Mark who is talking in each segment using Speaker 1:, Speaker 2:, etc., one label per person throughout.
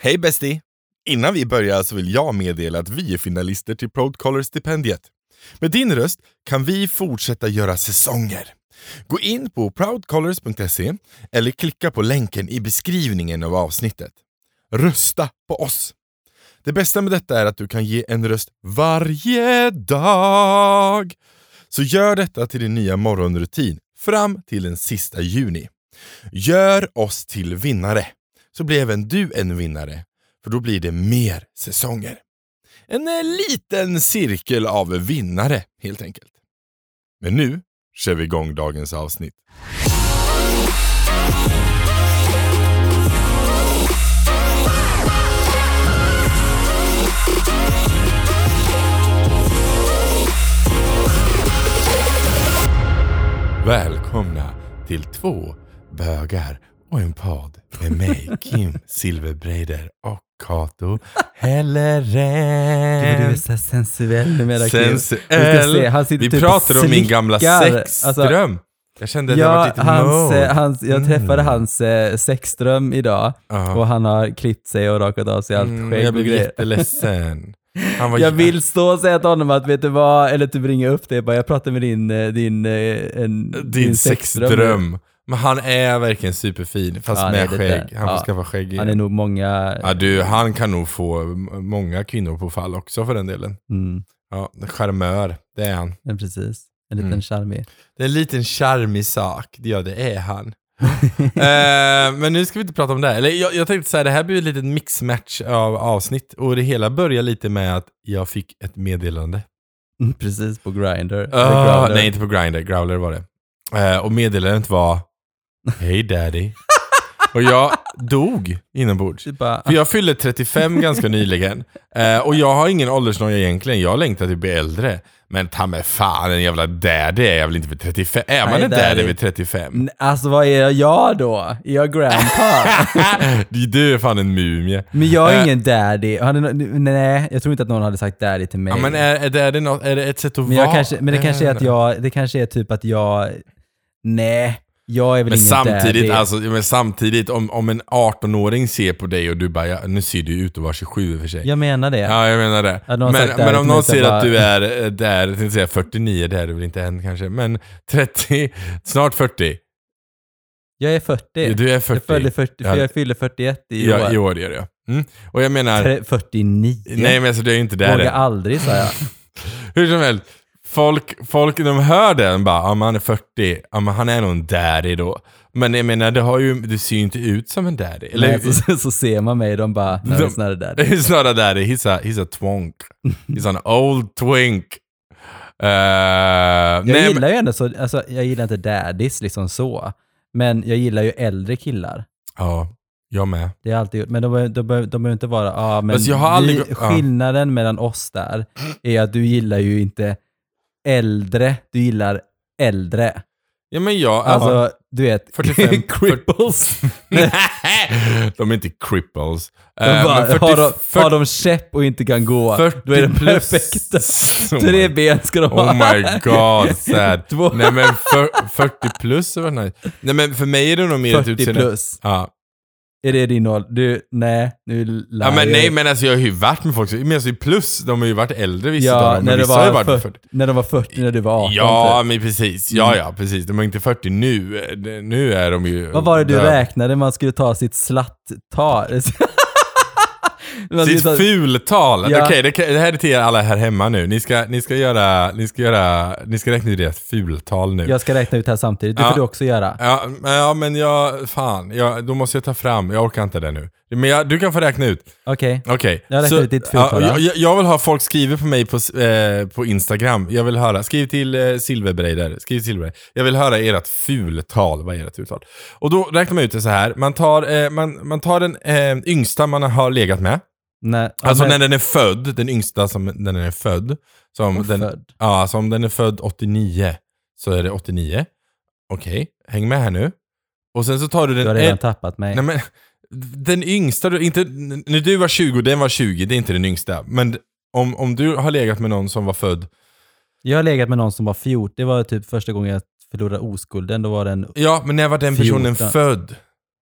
Speaker 1: Hej bästi! Innan vi börjar så vill jag meddela att vi är finalister till Proudcaller-stipendiet. Med din röst kan vi fortsätta göra säsonger. Gå in på proudcallers.se eller klicka på länken i beskrivningen av avsnittet. Rösta på oss! Det bästa med detta är att du kan ge en röst varje dag! Så gör detta till din nya morgonrutin fram till den sista juni. Gör oss till vinnare, så blir även du en vinnare, för då blir det mer säsonger. En eh, liten cirkel av vinnare, helt enkelt. Men nu kör vi igång dagens avsnitt. Välkomna till två bögar och en podd med mig, Kim Silverbreider och Kato
Speaker 2: Gud, Du är
Speaker 1: Helleren.
Speaker 2: så sensuell numera Kim. Vi ska se,
Speaker 1: Ehm, Sensuell.
Speaker 2: han sitter
Speaker 1: Vi
Speaker 2: typ och
Speaker 1: pratade om min gamla
Speaker 2: slickar. Alltså,
Speaker 1: sexdröm. Jag kände att det var
Speaker 2: ja,
Speaker 1: lite
Speaker 2: hans,
Speaker 1: mode.
Speaker 2: eh, hans, jag
Speaker 1: Mm.
Speaker 2: träffade hans eh, sexdröm idag
Speaker 1: Ja.
Speaker 2: och han har klippt sig och rakat av sig allt
Speaker 1: Mm,
Speaker 2: skägg
Speaker 1: Jag
Speaker 2: och
Speaker 1: blev
Speaker 2: grejer.
Speaker 1: jätteledsen. Han var
Speaker 2: Jag vill stå och säga till honom att vet du vad, eller typ ringa upp dig bara jag pratar med din, eh, din, eh, en,
Speaker 1: Din sexdröm. Men han är verkligen superfin, fast
Speaker 2: Ja, han
Speaker 1: med
Speaker 2: är lite-
Speaker 1: skägg. Han får
Speaker 2: ja.
Speaker 1: skaffa skägg igen.
Speaker 2: Han är nog många...
Speaker 1: ja, du, han kan nog få m- många kvinnor på fall också för den delen.
Speaker 2: Mm,
Speaker 1: Ja, charmör, det är han.
Speaker 2: men precis. En liten
Speaker 1: Mm.
Speaker 2: charmig.
Speaker 1: Det är en liten charmig sak. Ja, det är han. eh, men nu ska vi inte prata om det här. Eller, jag, jag tänkte så här, det här blir ett litet mixmatch av avsnitt. Och det hela börjar lite med att jag fick ett meddelande.
Speaker 2: Mm, precis, på Grindr.
Speaker 1: Ah, nej, inte på Grindr. Growler var det. Eh, och meddelandet var Hej daddy. och jag dog inombords.
Speaker 2: Typ bara,
Speaker 1: För jag fyllde 35 ganska nyligen. Eh, och jag har ingen åldersnoja egentligen. Jag längtar till att bli äldre. Men ta mig fan, en jävla daddy är jag väl inte vid 35? Är man
Speaker 2: Nej,
Speaker 1: en daddy
Speaker 2: daddy.
Speaker 1: vid 35?
Speaker 2: N- Alltså vad är jag då? Är jag grandpa?
Speaker 1: du är fan en mumie.
Speaker 2: men jag
Speaker 1: Eh.
Speaker 2: är ingen daddy. Hade nå- nej, jag tror inte att någon hade sagt daddy till mig.
Speaker 1: Ja, men eh, är, är, daddy något, är det ett sätt att
Speaker 2: Men
Speaker 1: vara? Eh.
Speaker 2: jag kanske, men det kanske är att jag, det kanske är typ att jag, nej, jag är väl
Speaker 1: Men
Speaker 2: ingen
Speaker 1: samtidigt,
Speaker 2: daddy.
Speaker 1: alltså, men samtidigt om, om en 18-åring ser på dig och du bara, ja, nu ser du ju ut att vara 27 i och för sig.
Speaker 2: Jag menar det.
Speaker 1: Ja, jag menar det.
Speaker 2: Hade någon
Speaker 1: Men,
Speaker 2: sagt det här
Speaker 1: men om
Speaker 2: till
Speaker 1: någon
Speaker 2: mig så
Speaker 1: ser
Speaker 2: jag
Speaker 1: att
Speaker 2: bara-
Speaker 1: du är eh, där, jag tänkte säga 49, det är du väl inte än kanske, men 30, snart 40.
Speaker 2: Jag är 40.
Speaker 1: Du är 40.
Speaker 2: Jag fyller 40, för
Speaker 1: Ja.
Speaker 2: jag fyller 41 i
Speaker 1: Ja,
Speaker 2: år.
Speaker 1: I år gör jag. Mm. Och jag menar,
Speaker 2: Tre- 49.
Speaker 1: nej men alltså det är ju inte där
Speaker 2: Vågar
Speaker 1: än.
Speaker 2: aldrig sa jag.
Speaker 1: Hur som helst, folk, folk när de hör den bara, ja men han är 40, ja men han är nog en daddy då. Men jag menar, det, har ju, det ser ju inte ut som en daddy. Eller,
Speaker 2: Men så, så ser man mig de bara, nej,
Speaker 1: De-
Speaker 2: de, snarare daddy.
Speaker 1: He's not a daddy, he's a, he's a twonk. He's an old twink. Eh,
Speaker 2: Jag
Speaker 1: nej, men-
Speaker 2: gillar ju ändå så, alltså, jag gillar inte daddies liksom så, men jag gillar ju äldre killar.
Speaker 1: Ja, jag med.
Speaker 2: Det har jag alltid gjort, men de, behöver- de, behöver- de behöver inte vara, ja men
Speaker 1: Fast jag har aldrig
Speaker 2: vi,
Speaker 1: gå- ja.
Speaker 2: skillnaden mellan oss där är att du gillar ju inte äldre, du gillar äldre.
Speaker 1: Ja, men jag... ja.
Speaker 2: Alltså, du vet,
Speaker 1: 45,
Speaker 2: cripples.
Speaker 1: de är inte cripples. Eh,
Speaker 2: De
Speaker 1: men
Speaker 2: bara,
Speaker 1: 40
Speaker 2: har, de, har
Speaker 1: 40
Speaker 2: de käpp och inte kan gå,
Speaker 1: 40
Speaker 2: då är de
Speaker 1: plus.
Speaker 2: perfekta.
Speaker 1: Oh my-
Speaker 2: Tre ben ska de ha.
Speaker 1: Oh my god, sad.
Speaker 2: Två-
Speaker 1: Nej men för, 40 plus var nice. Nej men för mig är det typ nog mer ett
Speaker 2: 40
Speaker 1: utseende.
Speaker 2: plus.
Speaker 1: Ja.
Speaker 2: Är det din ålder? Du, nej, nu
Speaker 1: ja
Speaker 2: lär
Speaker 1: men
Speaker 2: jag.
Speaker 1: nej men alltså jag har ju varit med folk, som- men alltså i plus, de har ju varit äldre vissa av
Speaker 2: Ja,
Speaker 1: dem,
Speaker 2: när
Speaker 1: men
Speaker 2: du
Speaker 1: Alltså, vissa har ju
Speaker 2: var
Speaker 1: varit 40.
Speaker 2: 40, när de var 40, när du var 18
Speaker 1: Ja,
Speaker 2: typ.
Speaker 1: men precis. Ja, ja, precis. De är inte 40 nu. Eh, Nu är de ju...
Speaker 2: Vad var det du
Speaker 1: döda.
Speaker 2: räknade man skulle ta sitt slatt-tal? Man skulle
Speaker 1: Sitt
Speaker 2: ta-
Speaker 1: fultal.
Speaker 2: Ja.
Speaker 1: Okej, det, kan- det här är till er alla här hemma nu. Ni ska, ni ska, göra, ni ska, göra, ni ska räkna ut ert fultal nu.
Speaker 2: jag ska räkna ut här samtidigt, det
Speaker 1: Ja.
Speaker 2: får du också göra.
Speaker 1: Ja, men- ja, men jag... Fan, jag, då måste jag ta fram. Jag orkar inte det nu. Men jag, du kan få räkna ut.
Speaker 2: Okej.
Speaker 1: Okej.
Speaker 2: Jag räknar
Speaker 1: så-
Speaker 2: ut ditt fultal,
Speaker 1: ja,
Speaker 2: va?
Speaker 1: jag, jag vill ha folk skriver på mig på, s- eh, på Instagram. Jag vill höra. Skriv till eh, Silverbreider. Skriv Silverbreider. Jag vill höra ert fultal. Vad är ert fultal? Och då räknar man ut det så här. Man tar, eh, man, man tar den eh, yngsta man har legat med.
Speaker 2: Nej,
Speaker 1: Alltså
Speaker 2: ja, men-
Speaker 1: när den är född, den yngsta som när den är född. Som
Speaker 2: och
Speaker 1: den,
Speaker 2: född.
Speaker 1: Ja, alltså om den är född 89 så är det 89. Okej, häng med här nu. Och sen så tar du den...
Speaker 2: Du har
Speaker 1: äl-
Speaker 2: redan tappat mig.
Speaker 1: Nej men, den yngsta, du, inte, när du var 20 och den var 20, det är inte den yngsta. Men om, om du har legat med någon som var född...
Speaker 2: Jag har legat med någon som var 14, det var typ första gången jag förlorade oskulden, då var den...
Speaker 1: Ja, men när var den personen
Speaker 2: 14.
Speaker 1: född?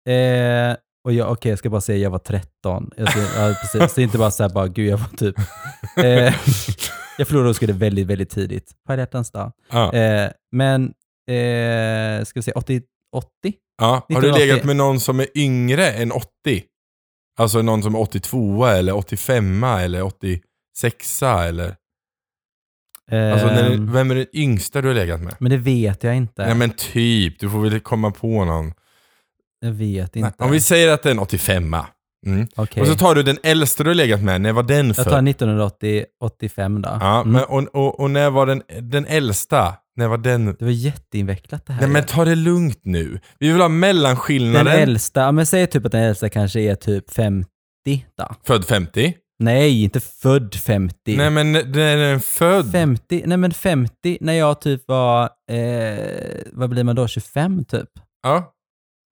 Speaker 2: Eh, Och jag, okej, jag ska bara säga jag var 13. Jag ska, ja, precis. Det är inte bara så här, bara, gud jag var typ... Eh, jag förlorade och skulle väldigt, väldigt tidigt. På alla hjärtans dag.
Speaker 1: Ja.
Speaker 2: Eh, men, eh, ska vi se, 80? 80?
Speaker 1: Ja. Har du
Speaker 2: 1980.
Speaker 1: legat med någon som är yngre än 80? Alltså någon som är 82 eller 85 eller 86 eller?
Speaker 2: Eh,
Speaker 1: Alltså, när, vem är den yngsta du har legat med?
Speaker 2: Men det vet jag inte.
Speaker 1: Nej men typ, du får väl komma på någon.
Speaker 2: jag vet
Speaker 1: Nej,
Speaker 2: inte.
Speaker 1: om vi säger att det är en 85 mm.
Speaker 2: Okej.
Speaker 1: Och så tar du den äldsta du har legat med, när var den
Speaker 2: Jag tar
Speaker 1: född?
Speaker 2: 1985 då.
Speaker 1: Ja,
Speaker 2: Mm.
Speaker 1: men, och, och, och när var den, den äldsta, när var den?
Speaker 2: Det var jätteinvecklat det här.
Speaker 1: Nej men
Speaker 2: ju.
Speaker 1: ta det lugnt nu. Vi vill ha
Speaker 2: den
Speaker 1: mellanskillnaden.
Speaker 2: äldsta, ja, men säg typ att den äldsta kanske är typ 50 då.
Speaker 1: Född 50.
Speaker 2: Nej, inte född 50.
Speaker 1: Nej men när den är den född.
Speaker 2: 50, nej men 50 när jag typ var, eh, vad blir man då, 25 typ?
Speaker 1: Ja,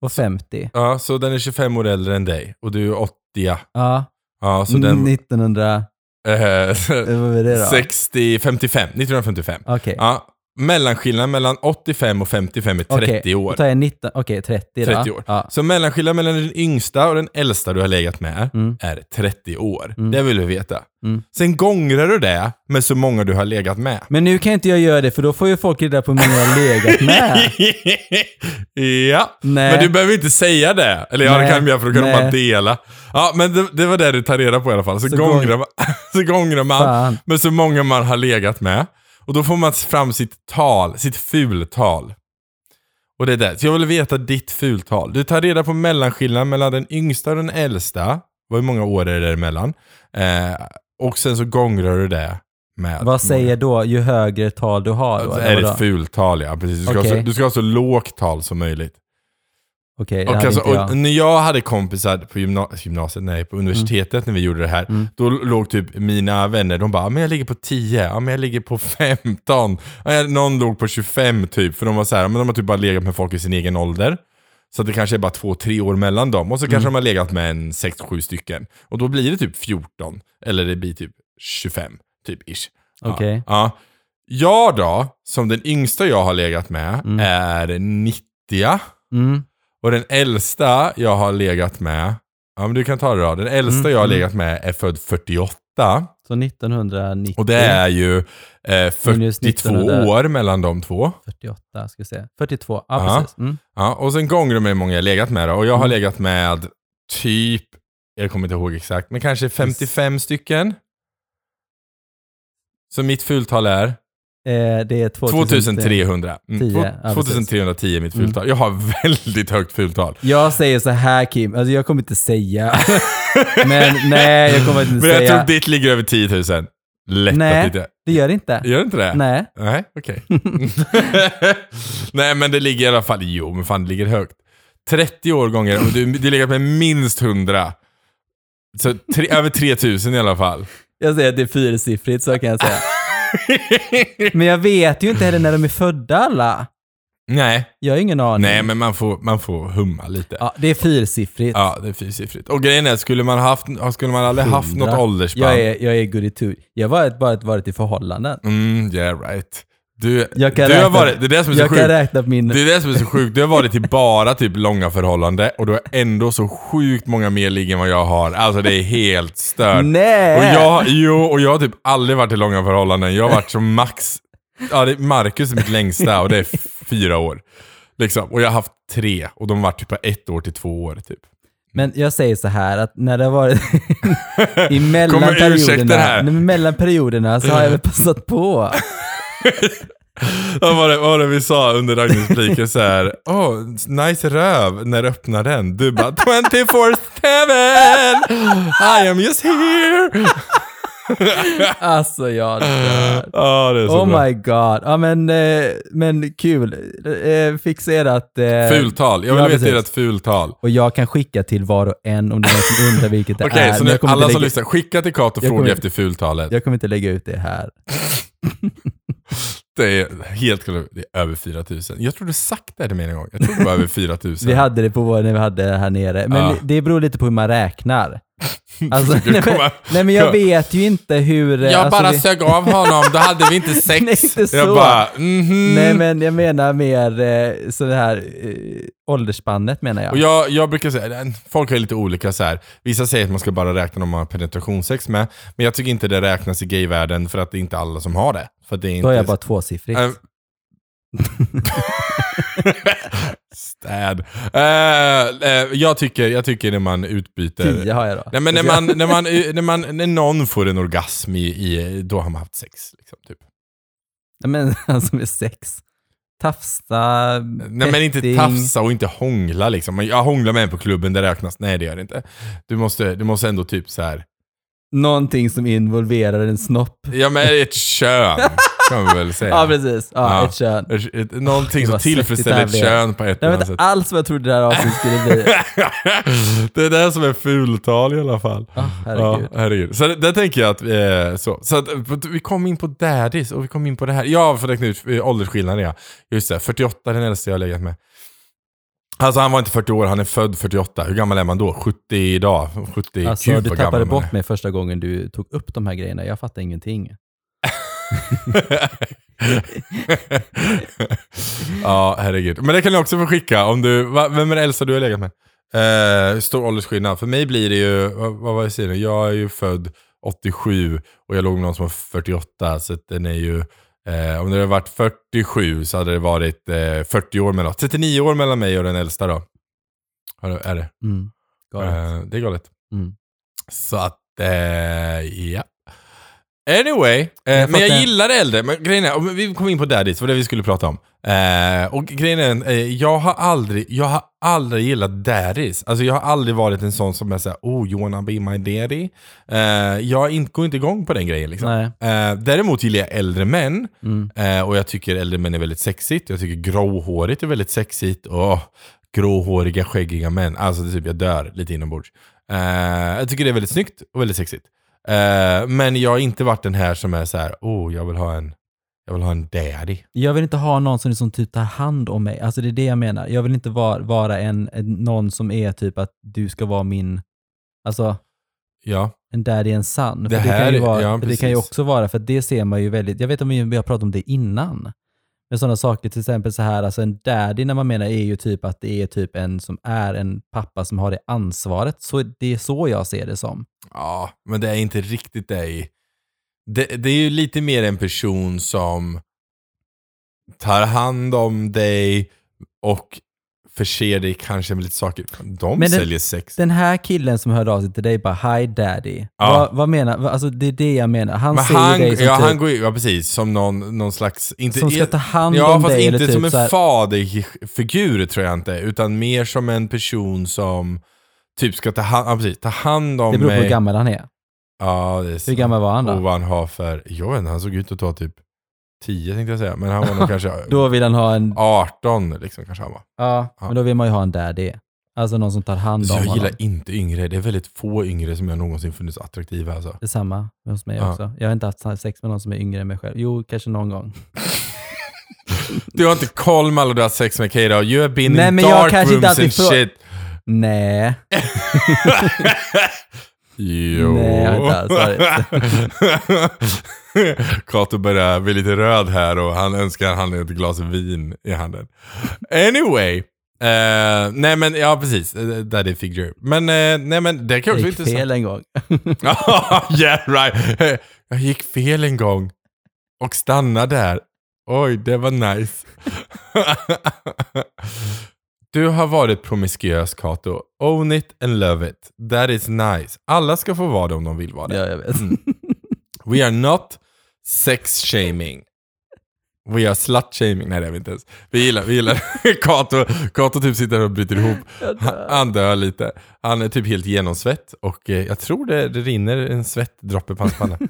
Speaker 2: Och 50.
Speaker 1: ja, så den är 25 år äldre än dig och du är 80. Ja,
Speaker 2: Ja,
Speaker 1: ja så den...
Speaker 2: 1900,
Speaker 1: eh,
Speaker 2: eh, vad var det då?
Speaker 1: 60, 55, 1955.
Speaker 2: Okej,
Speaker 1: Ja, mellanskillnaden mellan 85 och 55 är 30
Speaker 2: Okej,
Speaker 1: år.
Speaker 2: då tar jag 19, okej 30 då.
Speaker 1: 30 år.
Speaker 2: Ja.
Speaker 1: Så mellanskillnaden mellan den yngsta och den äldsta du har legat med
Speaker 2: Mm.
Speaker 1: är 30 år.
Speaker 2: Mm.
Speaker 1: Det vill vi veta.
Speaker 2: Mm.
Speaker 1: Sen gångrar du det med så många du har legat med.
Speaker 2: Men nu kan inte jag göra det för då får ju folk reda på hur många jag har legat med.
Speaker 1: ja,
Speaker 2: Nej.
Speaker 1: men du behöver inte säga det. Eller ja, det
Speaker 2: Eh. Nej.
Speaker 1: kan de göra för då kan de
Speaker 2: Nej.
Speaker 1: bara dela. Ja, men det, det var det du tar reda på i alla fall. Så,
Speaker 2: Så
Speaker 1: gångrar,
Speaker 2: gång-
Speaker 1: man, så gångrar man
Speaker 2: Fan.
Speaker 1: med så många man har legat med. Och då får man fram sitt tal, sitt fultal. Och det är det. Så jag vill veta ditt fultal. Du tar reda på mellanskillnaden mellan den yngsta och den äldsta. Vad- Hur många år är det däremellan? Eh, och sen så gångrar du det med...
Speaker 2: Vad säger då, ju högre tal du har då?
Speaker 1: Alltså,
Speaker 2: eller
Speaker 1: är det
Speaker 2: vadå?
Speaker 1: ett fultal ja, precis. Du ska, ha
Speaker 2: Okej.
Speaker 1: så, du ska ha så lågt tal som möjligt.
Speaker 2: Okej, det
Speaker 1: Och,
Speaker 2: hade
Speaker 1: alltså,
Speaker 2: inte jag.
Speaker 1: och när jag hade kompisar på gymna- gymnasiet, nej, på universitetet när vi gjorde det här,
Speaker 2: Mm.
Speaker 1: då låg typ mina vänner, de bara, "Ah, men jag ligger på 10, ja, men jag ligger på 15, ja, jag- någon låg på 25 typ, för de var så här, men de har typ bara legat med folk i sin egen ålder. Så att det kanske är bara två, tre år mellan dem. Och så
Speaker 2: Mm.
Speaker 1: kanske de har legat med en sex, sju stycken. Och då blir det typ 14, eller det blir typ 25, typ ish.
Speaker 2: Okej.
Speaker 1: Ja. ja. Jag då, som den yngsta jag har legat med,
Speaker 2: Mm.
Speaker 1: är 90.
Speaker 2: Mm.
Speaker 1: Och den äldsta jag har legat med, ja men du kan ta det då. Den äldsta
Speaker 2: Mm,
Speaker 1: jag har
Speaker 2: mm.
Speaker 1: legat med är född 48.
Speaker 2: Så 1990,
Speaker 1: Och det är ju eh,
Speaker 2: Minus
Speaker 1: 42
Speaker 2: 1900.
Speaker 1: år mellan de två.
Speaker 2: 48 ska vi se, 42, ja
Speaker 1: Ja.
Speaker 2: precis. Mm.
Speaker 1: Ja, och sen gånger de hur många jag har legat med då. Och jag har
Speaker 2: Mm.
Speaker 1: legat med typ, jag kommer inte ihåg exakt, men kanske 55 stycken. Så mitt fulltal är
Speaker 2: Eh, det är 2003.
Speaker 1: 2300. Mm,
Speaker 2: Tio,
Speaker 1: två-
Speaker 2: ja, precis. Mm.
Speaker 1: 2310 är mitt fulltal. Jag har väldigt högt fulltal.
Speaker 2: Jag säger så här Kim, alltså jag kommer inte säga. Men nej, jag kommer inte
Speaker 1: Men jag
Speaker 2: säga.
Speaker 1: tror ditt ligger över 10 000. Lätt
Speaker 2: Nej.
Speaker 1: att det
Speaker 2: Det gör det inte.
Speaker 1: Gör det inte det?
Speaker 2: Nej.
Speaker 1: Nej, okej. Nej, men det ligger i alla fall... Jo, men fan det ligger högt. 30 år gånger, och du, du legat med minst 100. Så tre, över 3000 i alla fall.
Speaker 2: Jag säger att det är fyrsiffrigt, så kan jag säga. Men jag vet ju inte heller när de är födda alla.
Speaker 1: Nej,
Speaker 2: Jag har ingen aning.
Speaker 1: nej men man får, man får humma lite. Ja.
Speaker 2: Ja, det är fyrsiffrigt.
Speaker 1: det är fyrsiffrigt. Och grejen är, skulle man, haft, skulle man aldrig haft
Speaker 2: Hundra.
Speaker 1: något åldersspann...
Speaker 2: Jag är, jag är good i tur. Jag har varit- bara varit i förhållanden.
Speaker 1: Mm, yeah right. Du,
Speaker 2: Jag kan
Speaker 1: du har
Speaker 2: räkna-
Speaker 1: varit... Det är det som är så
Speaker 2: Jag kan
Speaker 1: sjukt.
Speaker 2: räkna på min...
Speaker 1: Det är det som är så sjukt. Du har varit i bara typ långa förhållande och du har ändå så sjukt många mer ligg än vad jag har. Alltså det är helt stört.
Speaker 2: Nej!
Speaker 1: Och jag, jo, och jag har typ aldrig varit i långa förhållanden. Jag har varit som max... Ja, det är Marcus är mitt längsta och det är f- fyra år. Liksom. Och jag har haft tre och de har varit typ på ett år till två år. Typ.
Speaker 2: Men jag säger så här att när det har varit i mellan
Speaker 1: Kommer ursäkter
Speaker 2: perioderna,
Speaker 1: här.
Speaker 2: Nej, men mellan perioderna så har jag väl passat på.
Speaker 1: Vad var, det, vad var det vi sa under raggningspliken såhär? Åh, oh, nice röv. När öppnar den? Du bara 24-7! I am just here!
Speaker 2: Alltså jag dör.
Speaker 1: Ja, det är så
Speaker 2: Oh
Speaker 1: bra.
Speaker 2: my god. Ja men, eh, men kul. Eh, Fixerat. eh,
Speaker 1: Fultal. Jag vill
Speaker 2: Ja,
Speaker 1: veta
Speaker 2: precis.
Speaker 1: ert fultal.
Speaker 2: Och jag kan skicka till var och en om det är någon som undrar vilket det
Speaker 1: Okej,
Speaker 2: är.
Speaker 1: så
Speaker 2: men
Speaker 1: nu
Speaker 2: jag, kommer
Speaker 1: alla
Speaker 2: inte
Speaker 1: som
Speaker 2: lägga,
Speaker 1: lyssnar, skicka till Kat och
Speaker 2: Jag
Speaker 1: fråga
Speaker 2: kommer-
Speaker 1: efter fultalet.
Speaker 2: jag kommer inte lägga ut det här.
Speaker 1: Det är helt klart, det är över 4000. Jag tror du sagt det här till mig en gång. Jag tror det var över 4000.
Speaker 2: Vi hade det på vår, när vi hade det här nere. Men
Speaker 1: Ja.
Speaker 2: det beror lite på hur man räknar. Alltså,
Speaker 1: Försöker
Speaker 2: nej, men,
Speaker 1: komma-
Speaker 2: nej men jag vet ju inte hur... eh,
Speaker 3: Jag
Speaker 2: alltså,
Speaker 3: bara
Speaker 2: vi-
Speaker 3: sög av honom, då hade vi inte sex.
Speaker 2: Nej, inte så.
Speaker 1: Jag bara, mhm.
Speaker 2: Nej men jag menar mer eh, så det här eh, åldersspannet menar jag.
Speaker 1: Och jag, jag brukar säga, eh, folk är lite olika så här. Vissa säger att man ska bara räkna om man har penetrationssex med, men jag tycker inte det räknas i gayvärlden för att det är inte alla som har det. För att det är inte...
Speaker 2: Då är jag bara tvåsiffrigt.
Speaker 1: Eh, Städ. Eh, eh, jag, tycker, jag tycker när man utbyter...
Speaker 2: Tio har jag då.
Speaker 1: Nej, men när, man, när, man, när, man, när någon får en orgasm, i, i, då har man haft sex. Liksom, typ.
Speaker 2: Nej, men alltså med sex. Tafsa,
Speaker 1: Nej, men inte tafsa och inte hångla. Liksom. Men Jag hånglar med en på klubben, det räknas. Nej, det gör det inte. Du måste, du måste ändå typ så här...
Speaker 2: Någonting som involverar en snopp.
Speaker 1: Ja, men ett kön, kan man väl säga.
Speaker 2: Ja, precis. Ja,
Speaker 1: Ja.
Speaker 2: ett kön.
Speaker 1: Ett- ett- Någonting
Speaker 2: Det var
Speaker 1: som tillfredsställer ett
Speaker 2: svettigt det här
Speaker 1: kön på ett
Speaker 2: Jag
Speaker 1: eller annat
Speaker 2: vet inte
Speaker 1: sätt.
Speaker 2: alls vad jag trodde det här avsnittet skulle bli.
Speaker 1: det är det här som är fultal i alla fall.
Speaker 2: Ah, herregud.
Speaker 1: Ja, herregud. Så det, där tänker jag att, eh, så. Så att eh, vi kom in på daddies och vi kom in på det här. Ja, för att räkna ut eh, åldersskillnaden ja. Just det, 48 den äldsta jag har legat med. Alltså han var inte 40 år, han är född 48. Hur gammal är man då? 70 idag? 70,
Speaker 2: Alltså,
Speaker 1: gud
Speaker 2: du
Speaker 1: vad gammal
Speaker 2: tappade
Speaker 1: man är.
Speaker 2: bort mig första gången du tog upp de här grejerna. Jag fattar ingenting.
Speaker 1: ja, herregud. Men det kan du också få skicka. Om du, va, vem är det äldsta du har legat med? Eh, stor åldersskillnad. För mig blir det ju, vad, vad var jag säger nu? Jag är ju född 87 och jag låg med någon som var 48. Så att den är ju, eh, om det hade varit 47 så hade det varit eh, 40 år mellan, 39 år mellan mig och den äldsta då. Har du- Är det?
Speaker 2: Mm. Galet.
Speaker 1: Eh, det är galet.
Speaker 2: Mm.
Speaker 1: Så att, eh, ja. Anyway, eh, men
Speaker 2: fattar.
Speaker 1: jag gillar det äldre. Men grejen är, om vi kom in på daddies, för det vi skulle prata om. Eh, och grejen är, eh, jag har aldrig, jag har aldrig gillat daddies. Alltså jag har aldrig varit en sån som är såhär, oh you wanna be my daddy? Eh, jag in- går inte igång på den grejen liksom.
Speaker 2: Nej.
Speaker 1: Eh, däremot gillar jag äldre män.
Speaker 2: Mm.
Speaker 1: Eh, och jag tycker äldre män är väldigt sexigt. Jag tycker gråhårigt är väldigt sexigt. Åh, gråhåriga, skäggiga män. Alltså det är typ jag dör lite inombords. Eh, jag tycker det är väldigt snyggt och väldigt sexigt. Eh, men jag har inte varit den här som är så här, oh, jag vill ha en, jag vill ha en daddy.
Speaker 2: Jag vill inte ha någon som liksom typ tar hand om mig. Alltså det är det jag menar. Jag vill inte vara, vara en, en, någon som är typ att du ska vara min, alltså
Speaker 1: Ja.
Speaker 2: en daddy en son. För
Speaker 1: Det
Speaker 2: Det,
Speaker 1: här
Speaker 2: kan ju
Speaker 1: är-
Speaker 2: vara,
Speaker 1: ja,
Speaker 2: för det kan ju
Speaker 1: precis.
Speaker 2: också vara, för det ser man ju väldigt, jag vet om vi vi har pratat om det innan, med sådana saker, till exempel så här, alltså en daddy när man menar är ju typ att det är typ en som är en pappa som har det ansvaret. Så det är så jag ser det som.
Speaker 1: Ja, men det är inte riktigt det i... Det, det är ju lite mer en person som tar hand om dig och förser dig kanske med lite saker. De
Speaker 2: Men den-
Speaker 1: säljer sex.
Speaker 2: Den här killen som hörde av sig till dig bara “Hi daddy”.
Speaker 1: Ja.
Speaker 2: Vad, vad menar, vad- alltså det är det jag menar. Han
Speaker 1: Men
Speaker 2: ser
Speaker 1: han,
Speaker 2: dig som
Speaker 1: ja,
Speaker 2: typ,
Speaker 1: han går ju, ja precis, som någon, någon slags... Inte,
Speaker 2: som ska ta hand
Speaker 1: ja,
Speaker 2: om
Speaker 1: fast
Speaker 2: dig.
Speaker 1: inte
Speaker 2: eller typ
Speaker 1: som en
Speaker 2: så här,
Speaker 1: faderfigur tror jag inte, utan mer som en person som typ ska ta hand, ja, precis, ta hand om
Speaker 2: Det beror på
Speaker 1: mig.
Speaker 2: hur gammal han är.
Speaker 1: ja, det är
Speaker 2: Hur
Speaker 1: sant.
Speaker 2: gammal var han då?
Speaker 1: Och vad han har för, jag vet inte, han såg ut att ta typ 10 tänkte jag säga, men han var nog kanske
Speaker 2: Då vill han ha en...
Speaker 1: 18 liksom kanske han var.
Speaker 2: Ja,
Speaker 1: Ja.
Speaker 2: men då vill man ju ha en daddy. Alltså någon som tar hand om
Speaker 1: Så jag
Speaker 2: honom.
Speaker 1: gillar inte yngre, det är väldigt få yngre som jag någonsin funnits attraktiva alltså.
Speaker 2: Detsamma hos mig
Speaker 1: Ja.
Speaker 2: också. Jag har inte haft sex med någon som är yngre än mig själv. Jo, kanske någon gång.
Speaker 1: Du har inte koll med alla du har haft sex med Kate You have been
Speaker 2: Nej,
Speaker 1: in
Speaker 2: men jag
Speaker 1: dark
Speaker 2: kanske inte
Speaker 1: rooms and
Speaker 2: alltid frå-
Speaker 1: shit.
Speaker 2: Nej.
Speaker 1: Jo.
Speaker 2: Nej, jag har inte alls
Speaker 1: Kato börjar bli lite röd här och han önskar han hade ett glas vin i handen. Anyway. Eh, nej men, ja precis. Eh, Daddy figure. Men, eh, nej men det kan
Speaker 2: Jag
Speaker 1: också
Speaker 2: gick
Speaker 1: inte
Speaker 2: fel en gång.
Speaker 1: yeah right. Eh, Jag gick fel en gång. Och stannade där. Oj, det var nice. Du har varit promiskuös Kato. Own it and love it. That is nice. Alla ska få vara det om de vill vara det.
Speaker 2: Ja, jag vet.
Speaker 1: Mm. We are not sex shaming. We are slut shaming. Nej det är vi inte ens. Vi gillar, vi gillar. Kato, Kato typ sitter och bryter ihop.
Speaker 2: Jag
Speaker 1: Han,
Speaker 2: dör.
Speaker 1: han dör lite. Han är typ helt genomsvett och eh, jag tror det, det rinner en svettdroppe på hans panna.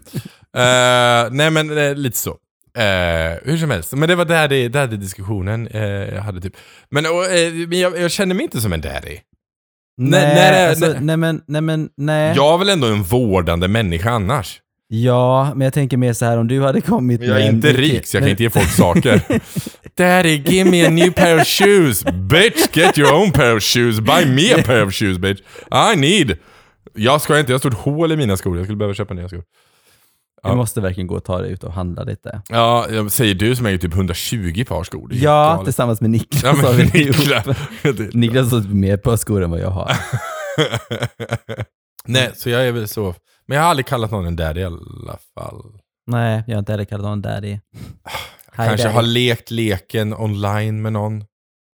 Speaker 1: Eh, nej men eh, lite så. Eh, hur som helst, men det var där det, där det diskussionen eh, jag hade typ. Men, och, eh, men jag, jag känner mig inte som en daddy.
Speaker 2: Nej,
Speaker 1: Nej,
Speaker 2: nej,
Speaker 1: nej, nej,
Speaker 2: alltså,
Speaker 1: nej.
Speaker 2: nej. men, nej, men, nej.
Speaker 1: Jag är väl ändå en vårdande människa annars.
Speaker 2: Ja, men jag tänker mer så här om du hade kommit
Speaker 1: Men jag är
Speaker 2: med en-
Speaker 1: inte rik så jag kan
Speaker 2: men-
Speaker 1: inte ge folk saker. Daddy, give me a new pair of shoes. Bitch, get your own pair of shoes. Buy me a pair of shoes, bitch. I need Jag ska inte, jag har stort hål i mina skor. Jag skulle behöva köpa nya skor. Ja.
Speaker 2: Du måste verkligen gå och ta dig ut och handla lite.
Speaker 1: Ja, jag säger du som äger typ 120 par skor. Det är
Speaker 2: Ja,
Speaker 1: helt galet.
Speaker 2: tillsammans med Niklas
Speaker 1: Ja, men
Speaker 2: har vi det ihop.
Speaker 1: Niklas. Det-
Speaker 2: Niklas har typ mer på skor än vad jag har.
Speaker 1: Nej, så jag är väl så. Men jag har aldrig kallat någon en daddy i alla fall.
Speaker 2: Nej, jag har inte heller kallat honom daddy. Hi,
Speaker 1: Kanske
Speaker 2: daddy.
Speaker 1: har lekt leken online med någon.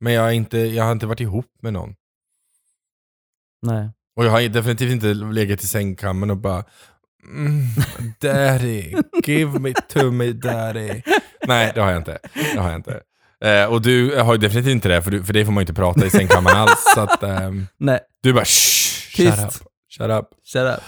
Speaker 1: Men jag har, inte, jag har inte varit ihop med någon.
Speaker 2: Nej.
Speaker 1: Och jag har definitivt inte legat i sängkammaren och bara mm, Daddy, give it to me daddy. Nej, det har jag inte. Det har jag inte. Eh, och du har ju definitivt inte det, för, du, för det får man ju inte prata i sängkammaren alls. Så att, ehm,
Speaker 2: Nej,
Speaker 1: du bara shh, shut
Speaker 2: Tyst.
Speaker 1: up. Shut up.
Speaker 2: shut up.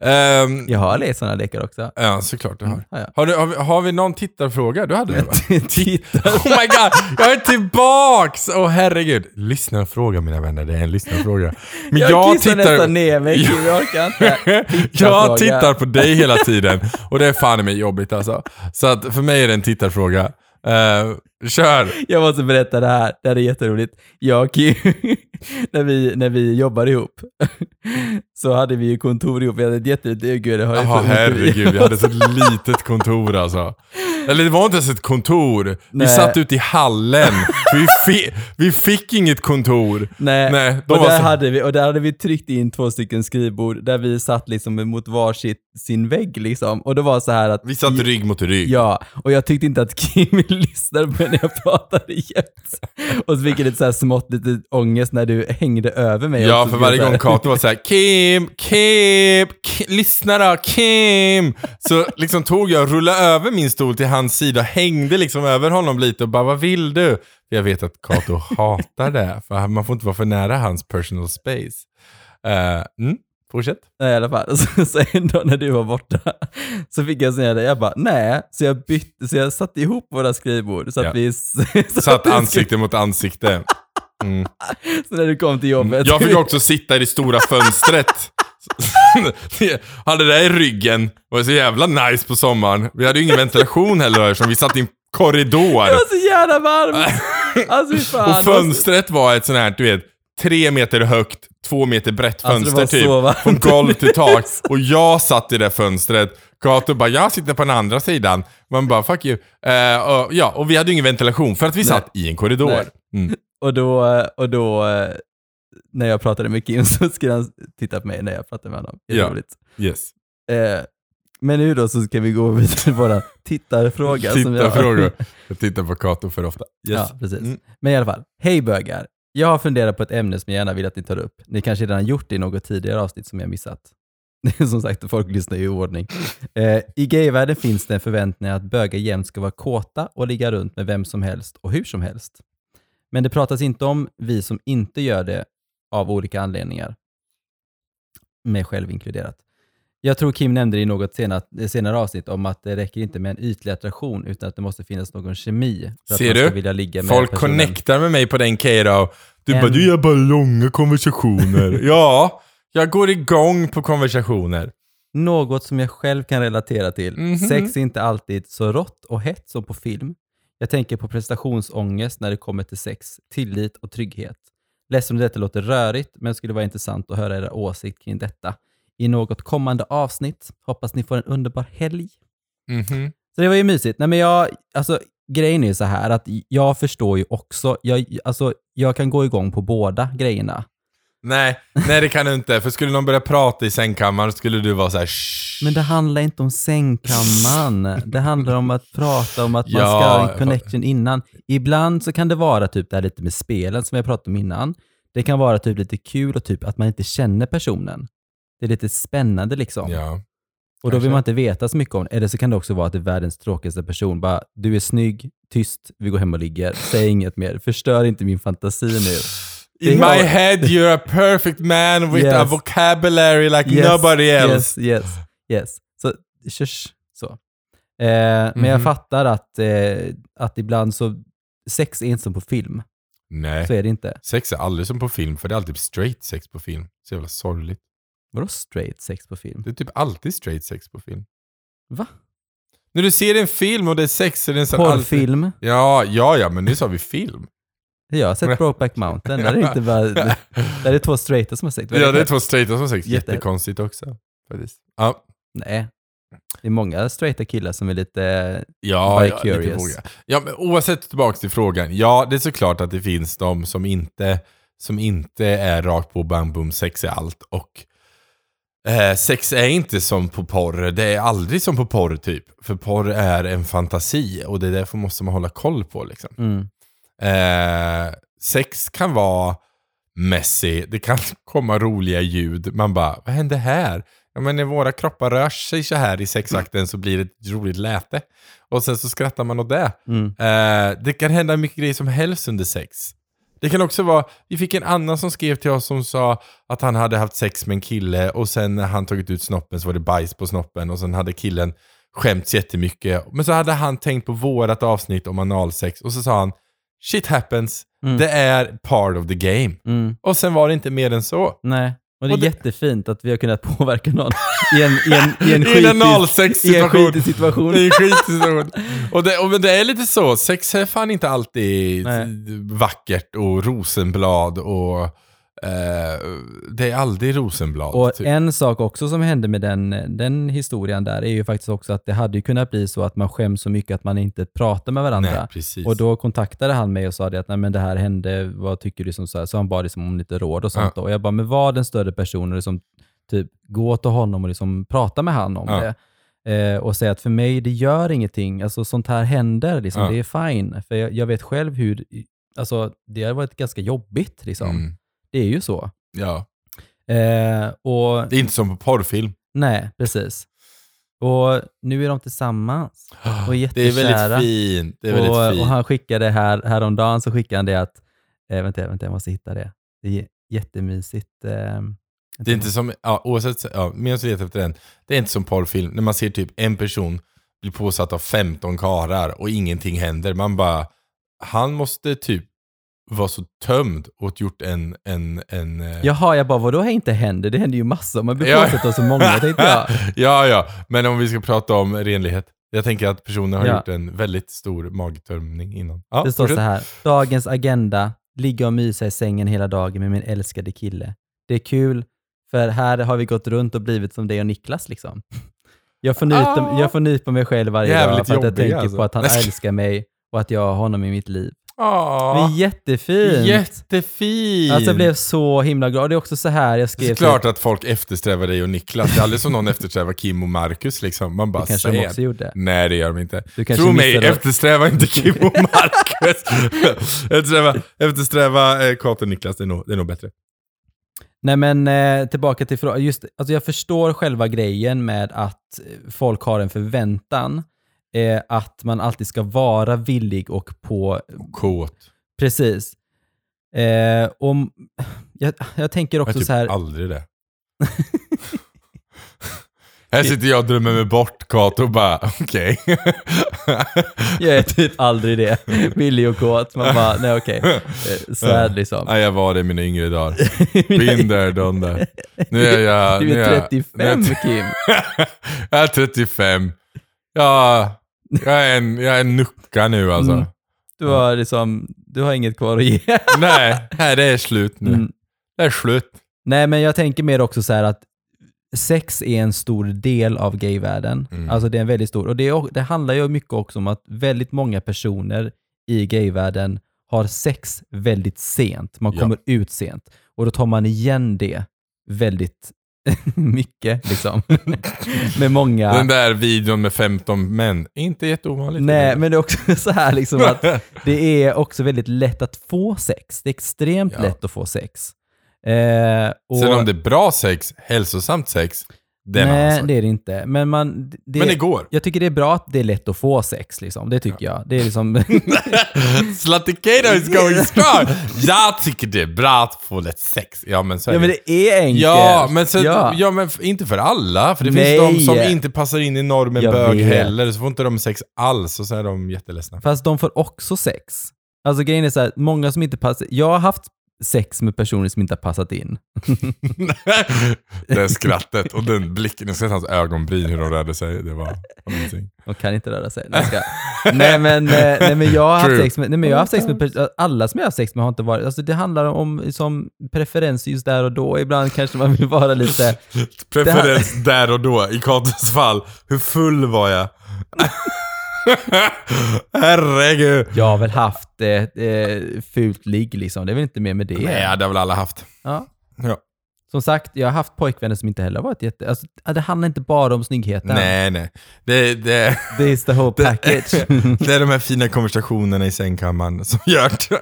Speaker 1: Ehm,
Speaker 2: Jag har lekt sådana lekar också.
Speaker 1: ja, såklart du har.
Speaker 2: Mm, har jag.
Speaker 1: Har, du, har, vi, har vi någon tittarfråga? Du hade det va?
Speaker 2: Titta.
Speaker 1: Oh my god, jag är tillbaks! Åh oh, herregud. Lyssnarfråga mina vänner, det är en lyssnarfråga. Men
Speaker 2: Jag, kissar nästan ner mig, Kim, jag orkar inte.
Speaker 1: jag
Speaker 2: Tittarfråga.
Speaker 1: tittar på dig hela tiden och det är fan i mig jobbigt alltså. Så att för mig är det en tittarfråga. Eh, kör!
Speaker 2: Jag måste berätta det här. Det här är jätteroligt. Jag och Kim, när vi, när vi jobbade ihop, så hade vi ju kontor ihop. Vi hade ett jätteroligt... Gud, det har jag
Speaker 1: Jaha,
Speaker 2: för-
Speaker 1: herregud. Jag hade ett så litet kontor alltså. Eller det var inte ens ett kontor. Vi
Speaker 2: Nej.
Speaker 1: satt ute i hallen. Vi, fi- vi fick inget kontor.
Speaker 2: Nej,
Speaker 1: Nej, de
Speaker 2: och,
Speaker 1: var
Speaker 2: där
Speaker 1: så-
Speaker 2: hade vi, och där hade vi tryckt in två stycken skrivbord där vi satt liksom mot varsitt sin vägg liksom. Och det var så här att...
Speaker 1: Vi satt rygg mot rygg.
Speaker 2: Ja, och jag tyckte inte att Kim lyssnade på när jag pratade jämt. Och så fick jag lite så här smått lite ångest när du hängde över mig.
Speaker 1: Ja,
Speaker 2: också.
Speaker 1: för varje
Speaker 2: Så här-
Speaker 1: gång Kato var såhär Kim, Kim, Kim, lyssna då, Kim! Så liksom tog jag, rullade över min stol till hans sida, hängde liksom över honom lite och bara vad vill du? Jag vet att Kato hatar det, för man får inte vara för nära hans personal space. Eh, mm, fortsätt.
Speaker 2: Nej, i alla fall. Så, så en dag när du var borta så fick jag säga det. Jag bara, nej. Så jag bytte, så jag satte ihop våra skrivbord så att
Speaker 1: Ja.
Speaker 2: vi... Så, att
Speaker 1: Satt
Speaker 2: vi skulle-
Speaker 1: ansikte mot ansikte. Mm.
Speaker 2: Så när du kom till jobbet.
Speaker 1: Jag fick också sitta i det stora fönstret. hade det i ryggen. Det var så jävla nice på sommaren. Vi hade ju ingen ventilation heller eftersom vi satt i en korridor.
Speaker 2: Det var så jävla varmt! Alltså fy fan.
Speaker 1: Och fönstret var ett sånt här, du vet, tre meter högt, två meter brett
Speaker 2: Alltså,
Speaker 1: fönster
Speaker 2: det var
Speaker 1: typ.
Speaker 2: så varmt.
Speaker 1: Från golv till tak. Och jag satt i det fönstret. Kato bara, jag sitter på den andra sidan. Man bara, fuck you. Eh, och, ja, och vi hade ju ingen ventilation för att vi satt i en korridor.
Speaker 2: Nej.
Speaker 1: Mm.
Speaker 2: Och då, och då, eh, när jag pratade med Kim så skulle han titta på mig när jag pratade med honom. Det är
Speaker 1: Ja.
Speaker 2: roligt.
Speaker 1: Yes.
Speaker 2: Eh, men nu då så ska vi gå vidare till våran tittarfråga. som jag-
Speaker 1: Tittarfrågor. Jag tittar på Kato för ofta. Yes.
Speaker 2: alltså, Ja, precis.
Speaker 1: Mm.
Speaker 2: Men i alla fall, hej bögar! Jag har funderat på ett ämne som jag gärna vill att ni tar upp. Ni kanske redan gjort det i något tidigare avsnitt som jag missat. som sagt, folk lyssnar ju i ordning. Eh, I gayvärlden finns det en förväntning att bögar jämt ska vara kåta och ligga runt med vem som helst och hur som helst. Men det pratas inte om vi som inte gör det av olika anledningar. Mig själv inkluderat. Jag tror Kim nämnde det i något senare, senare avsnitt om att det räcker inte med en ytlig attraktion utan att det måste finnas någon kemi. För
Speaker 1: Ser
Speaker 2: att man
Speaker 1: du?
Speaker 2: ska vilja ligga med
Speaker 1: Folk
Speaker 2: personen.
Speaker 1: connectar med mig på den Kato. Du
Speaker 2: En-
Speaker 1: bara, du gör bara långa konversationer. ja, jag går igång på konversationer.
Speaker 2: Något som jag själv kan relatera till.
Speaker 1: Mhm.
Speaker 2: Sex är inte alltid så rått och hett som på film. Jag tänker på prestationsångest när det kommer till sex, tillit och trygghet. Ledsen om detta låter rörigt, men det skulle vara intressant att höra era åsikt kring detta i något kommande avsnitt. Hoppas ni får en underbar helg.
Speaker 1: Mhm.
Speaker 2: Så det var ju mysigt. Nej, men jag, alltså, grejen är ju så här att jag förstår ju också. Jag, alltså, jag kan gå igång på båda grejerna.
Speaker 1: Nej, nej det kan du inte. För skulle någon börja prata i sängkammaren skulle du vara så här. "Shh."
Speaker 2: Men det handlar inte om sängkammaren. Det handlar om att prata om att man
Speaker 1: Ja,
Speaker 2: ska ha
Speaker 1: jag
Speaker 2: en connection innan. Ibland så kan det vara typ det här lite med spelen som jag pratade om innan. Det kan vara typ lite kul och typ att man inte känner personen. Det är lite spännande liksom.
Speaker 1: Ja.
Speaker 2: och då vill
Speaker 1: kanske.
Speaker 2: man inte veta så mycket om det. Eller så kan det också vara att det är världens tråkigaste person. Bara, du är snygg, tyst, vi går hem och ligger. Säg inget mer. Förstör inte min fantasi nu.
Speaker 1: In
Speaker 2: Det är-
Speaker 1: my head you're a perfect man with
Speaker 2: Yes.
Speaker 1: a vocabulary like
Speaker 2: Yes,
Speaker 1: nobody else.
Speaker 2: Yes, yes, yes. Så, shush, så. Eh, Men jag
Speaker 1: Mhm.
Speaker 2: fattar att, eh, att ibland så, sex är inte som på film.
Speaker 1: Nej.
Speaker 2: Så är det inte.
Speaker 1: Sex är aldrig som på film, för det är alltid straight sex på film. Så jävla sorgligt.
Speaker 2: Vadå straight sex på film?
Speaker 1: Det är typ alltid straight sex på film.
Speaker 2: Va?
Speaker 1: När du ser en film och det är sex så är det nästan alltid...
Speaker 2: Porrfilm?
Speaker 1: Ja, ja, ja, men nu sa vi film.
Speaker 2: Jag har sett Brokeback Mountain. Där är det inte bara, där är två straighta som har sex.
Speaker 1: Ja, det är två straighta som sex.
Speaker 2: Jätte-
Speaker 1: Jättekonstigt också. Faktiskt. Ja,
Speaker 2: Nej. Det är många straighta killar som är lite...
Speaker 1: ja,
Speaker 2: By
Speaker 1: ja, lite
Speaker 2: curious.
Speaker 1: våga. ja men oavsett tillbaka till frågan. Ja, det är såklart att det finns de som inte, som inte är rakt på bam boom, sex är allt. Och eh, sex är inte som på porr. Det är aldrig som på porr typ. För porr är en fantasi och det är därför måste man hålla koll på liksom.
Speaker 2: Mm.
Speaker 1: Eh, sex kan vara messy, det kan komma roliga ljud. Man bara, vad hände här? Ja, men när våra kroppar rör sig så här i sexakten så blir det ett roligt läte. Och sen så skrattar man åt det.
Speaker 2: Mm.
Speaker 1: Eh, det kan hända mycket grejer som helst under sex. Det kan också vara, vi fick en annan som skrev till oss som sa att han hade haft sex med en kille och sen när han tagit ut snoppen så var det bajs på snoppen och sen hade killen skämts jättemycket. Men så hade han tänkt på vårat avsnitt om analsex och så sa han shit happens,
Speaker 2: Mm.
Speaker 1: det är part of the game.
Speaker 2: Mm.
Speaker 1: Och sen var det inte mer än så.
Speaker 2: Nej. Och det är
Speaker 1: Och det-
Speaker 2: jättefint att vi har kunnat påverka någon i en, i en, i
Speaker 1: I
Speaker 2: en,
Speaker 1: en
Speaker 2: skitig, i en
Speaker 1: analsex-situation.
Speaker 2: skitig situation.
Speaker 1: Det är en skitsituation. Och det, och men det är lite så, sex är fan inte alltid
Speaker 2: Nej.
Speaker 1: vackert och rosenblad och eh, det är aldrig rosenblad.
Speaker 2: Och
Speaker 1: typ.
Speaker 2: en sak också som hände med den, den historien där är ju faktiskt också att det hade ju kunnat bli så att man skäms så mycket att man inte pratar med varandra.
Speaker 1: Nej, precis.
Speaker 2: Och då kontaktade han mig och sa det att Nej, men det här hände, vad tycker du? Som så, här? så han bad liksom om lite råd och sånt. Då. Och jag bara, men var den större personen och liksom, typ, gå till honom och liksom, prata med han om
Speaker 1: Ja.
Speaker 2: det. Eh, och säga att för mig, det gör ingenting. Alltså, sånt här händer, liksom.
Speaker 1: Ja.
Speaker 2: det är fine. För jag, jag vet själv hur, alltså, det har varit ganska jobbigt. Liksom.
Speaker 1: Mm.
Speaker 2: Det är ju så.
Speaker 1: Ja.
Speaker 2: Eh, och
Speaker 1: Det är inte som på porrfilm.
Speaker 2: Nej, precis. Och nu är de tillsammans. Och
Speaker 1: det är
Speaker 2: jättekära.
Speaker 1: väldigt fint. Det är väldigt
Speaker 2: och,
Speaker 1: fint.
Speaker 2: och han skickade här, häromdagen så skickade han det att, eh, vänta, vänta, jag måste hitta det. Det är jättemysigt. Eh,
Speaker 1: Det är
Speaker 2: vänta.
Speaker 1: inte som, ja, oavsett, ja, medan du letar efter den, det är inte som porrfilm, när man ser typ en person bli påsatt av 15 karar och ingenting händer. Man bara, han måste typ vara så tömd och gjort en... en, en eh,
Speaker 2: Jaha, jag bara, vadå inte händer? Det händer ju massor. Man blir
Speaker 1: Ja.
Speaker 2: påsatt av så många, tänkte jag.
Speaker 1: ja, ja, men om vi ska prata om renlighet. Jag tänker att personen har
Speaker 2: Ja.
Speaker 1: gjort en väldigt stor magtömning innan. Ja,
Speaker 2: Det står
Speaker 1: fortsätt.
Speaker 2: så här, dagens agenda, ligga och mysa i sängen hela dagen med min älskade kille. Det är kul, för här har vi gått runt och blivit som dig och Niklas liksom. Jag får nypa,
Speaker 1: Ah.
Speaker 2: jag får nypa mig själv varje dag
Speaker 1: Jävligt
Speaker 2: för att jag
Speaker 1: jobbig,
Speaker 2: tänker
Speaker 1: alltså.
Speaker 2: på att han
Speaker 1: Nej, jag ska-
Speaker 2: älskar mig och att jag har honom i mitt liv.
Speaker 1: Åh,
Speaker 2: Det är jättefint!
Speaker 1: jättefint!
Speaker 2: Alltså jag blev så himla glad. Det är också så här jag skrev
Speaker 1: Såklart att folk eftersträvar dig och Niklas. Det är aldrig som någon eftersträvar Kim och Marcus. Liksom. Man bara
Speaker 2: Det kanske de
Speaker 1: säger.
Speaker 2: också gjorde.
Speaker 1: Nej, det gör de inte.
Speaker 2: Du kanske
Speaker 1: Tro mig,
Speaker 2: missade-
Speaker 1: eftersträva inte Kim och Marcus. eftersträva eftersträva eh, Kate och Niklas, det är nog, det är nog bättre.
Speaker 2: Nej men eh, tillbaka till frågan. Just, alltså jag förstår själva grejen med att eh, folk har en förväntan eh, att man alltid ska vara villig och på...
Speaker 1: Kåt.
Speaker 2: Precis. Eh, och, jag, jag tänker
Speaker 1: Jag är
Speaker 2: också
Speaker 1: typ
Speaker 2: så här...
Speaker 1: aldrig det. här sitter jag och drömmer mig bort Kate och bara, okej.
Speaker 2: Jag är typ aldrig det. Billig och kåt. Man bara, nej okej. Eh, Sad liksom.
Speaker 1: Ja, jag var det i mina yngre dagar. Been there, done there. Nu är jag...
Speaker 2: Du
Speaker 1: nu
Speaker 2: är
Speaker 1: nu är jag
Speaker 2: 35 Kim.
Speaker 1: jag är 35. Jag, jag, är en, jag är en nucka nu alltså.
Speaker 2: Mm. Du har, liksom, du har inget kvar att ge.
Speaker 1: Nej, här det är slut nu.
Speaker 2: Mm.
Speaker 1: Det är slut.
Speaker 2: Nej, men jag tänker mer också så här att sex är en stor del av gayvärlden.
Speaker 1: Mm.
Speaker 2: Alltså det är en väldigt stor. Och det, är, det handlar ju mycket också om att väldigt många personer i gayvärlden har sex väldigt sent. Man
Speaker 1: Ja.
Speaker 2: kommer ut sent. Och då tar man igen det väldigt mycket. Liksom. med många...
Speaker 1: Den där videon med 15 män, inte jätteovanligt.
Speaker 2: Nej, men det är också så här liksom att det är också väldigt lätt att få sex. Det är extremt
Speaker 1: Ja.
Speaker 2: lätt att få sex. Eh, och,
Speaker 1: Sen om det är bra sex, hälsosamt sex, det är en annan
Speaker 2: Nej,
Speaker 1: sak.
Speaker 2: det är det inte. Men, man, det,
Speaker 1: Men det går.
Speaker 2: jag tycker det är bra att det är lätt att få sex. Liksom. Det tycker jag. Det är liksom,
Speaker 1: Slutticato is going strong! Jag tycker det är bra att få lite sex. Ja, men så är
Speaker 2: ja, men det är enkelt.
Speaker 1: Ja, men, sen,
Speaker 2: Ja.
Speaker 1: ja. men f- inte för alla. För det
Speaker 2: Nej.
Speaker 1: finns de som inte passar in i normen
Speaker 2: Jag
Speaker 1: bög
Speaker 2: vet.
Speaker 1: heller, så får inte de sex alls och så är de jätteledsna.
Speaker 2: Fast de får också sex. Alltså grejen är så här, många som inte passar... Jag har haft sex med personer som inte har passat in.
Speaker 1: det här skrattet och den blicken. Jag ser hans ögonbryn hur de rörde sig. Det var någonting.
Speaker 2: De kan inte röra sig. Nej, jag skojar. nej, men, eh, nej, men jag har haft
Speaker 1: True.
Speaker 2: sex med, nej, men jag har haft sex med pers- alla som jag har haft sex med har inte varit, alltså det handlar om som preferens just där och då. Ibland kanske man vill vara lite,
Speaker 1: Preferens där och då. I Katos fall. Hur full var jag? Herregud.
Speaker 2: jag har väl haft eh, eh, fult ligg liksom, det är väl inte mer med det.
Speaker 1: Nej, det hade väl alla haft.
Speaker 2: Ja.
Speaker 1: Ja.
Speaker 2: Som sagt, jag har haft pojkvänner som inte heller har varit jätte, alltså, det handlar inte bara om snyggheten.
Speaker 1: Nej, nej. Det, det,
Speaker 2: Det är the whole
Speaker 1: det,
Speaker 2: package.
Speaker 1: det är de här fina konversationerna i sängkammaren som gör det.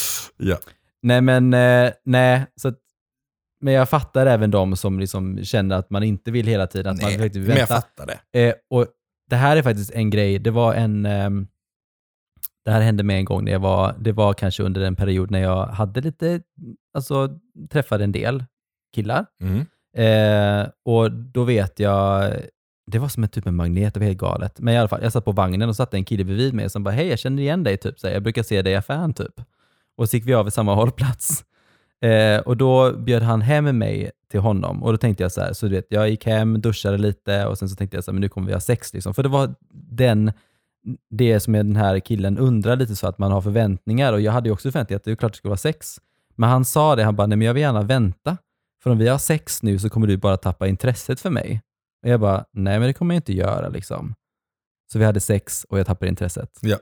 Speaker 1: ja.
Speaker 2: Nej, men eh, nej. Så att, men jag fattar även de som liksom känner att man inte vill hela tiden. Att
Speaker 1: Nej,
Speaker 2: man faktiskt vill
Speaker 1: Men jag
Speaker 2: vänta.
Speaker 1: fattar det.
Speaker 2: Eh, och det här är faktiskt en grej. Det var en... ehm, det här hände mig en gång när jag var... Det var kanske under en period när jag hade lite... Alltså träffade en del killar.
Speaker 1: Mm.
Speaker 2: Eh, och då vet jag, det var som en typ en magnet, det var helt galet. Men i alla fall, jag satt på vagnen och satt en kille bredvid mig som bara, hej jag känner igen dig, typ. Så här, jag brukar se dig i affären typ. Och så gick vi av vid samma hållplats. Eh, och då bjöd han hem mig till honom och då tänkte jag så här, så du vet, jag gick hem, duschade lite och sen så tänkte jag så här, men nu kommer vi ha sex liksom. För det var den, det som jag- den här killen undrar lite så att man har förväntningar och jag hade ju också förväntningar att det är klart det skulle vara sex. Men han sa det, han bara, nej men jag vill gärna vänta. För om vi har sex nu så kommer du bara tappa intresset för mig. Och jag bara, nej men det kommer jag inte göra liksom. Så vi hade sex och jag tappade intresset.
Speaker 1: Ja.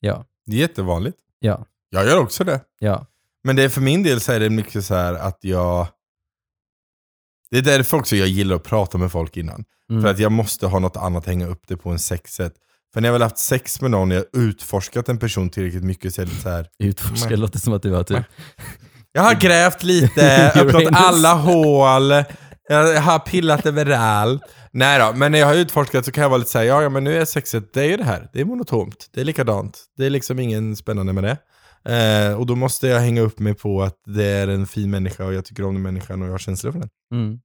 Speaker 2: Ja,
Speaker 1: Det är jättevanligt.
Speaker 2: ja,
Speaker 1: Jag gör också det.
Speaker 2: ja.
Speaker 1: Men det är för min del så är det mycket så här att jag... Det är därför också jag gillar att prata med folk innan.
Speaker 2: Mm.
Speaker 1: För att jag måste ha något annat att hänga upp det på än sexet. För när jag väl haft sex med någon och jag har utforskat en person tillräckligt mycket så är det så här.
Speaker 2: Utforska
Speaker 1: Mm.
Speaker 2: det låter som att du har typ...
Speaker 1: Jag
Speaker 2: Mm.
Speaker 1: har grävt lite, öppnat
Speaker 2: Uranus.
Speaker 1: alla hål, jag har pillat överallt. Nej då, men när jag har utforskat så kan jag vara lite såhär, ja, ja men nu är sexet, det är ju det här. Det är monotont, det är likadant. Det är liksom ingen spännande med det. Eh, och då måste jag hänga upp mig på att det är en fin människa och jag tycker om den människan och jag har känslor för den.
Speaker 2: Mm.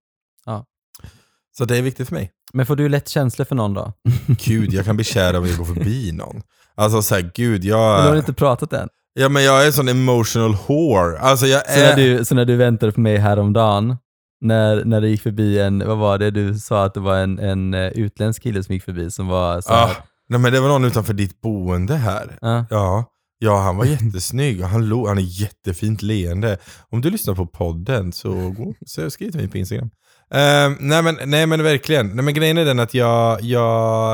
Speaker 1: Så det är viktigt för mig.
Speaker 2: Men får du lätt känslor för någon då?
Speaker 1: Gud, jag kan bli kär om jag går förbi någon. Alltså såhär, gud,
Speaker 2: Men du har
Speaker 1: jag...
Speaker 2: inte pratat än.
Speaker 1: Ja men jag är en sån emotional whore. Alltså jag
Speaker 2: Så när,
Speaker 1: är...
Speaker 2: du, så när du väntade på mig häromdagen, när, när det gick förbi en, vad var det du sa att det var en, en eh, utländsk kille som gick förbi som var så
Speaker 1: Ah,
Speaker 2: här, ah.
Speaker 1: nej men det var någon utanför ditt boende här.
Speaker 2: ja.
Speaker 1: Ja, ja han var jättesnygg och han, lo- han är jättefint leende. Om du lyssnar på podden så, gå, så skriv till mig på Instagram. Ehm, nej, men, nej men verkligen. Nej, men grejen är den att jag, jag,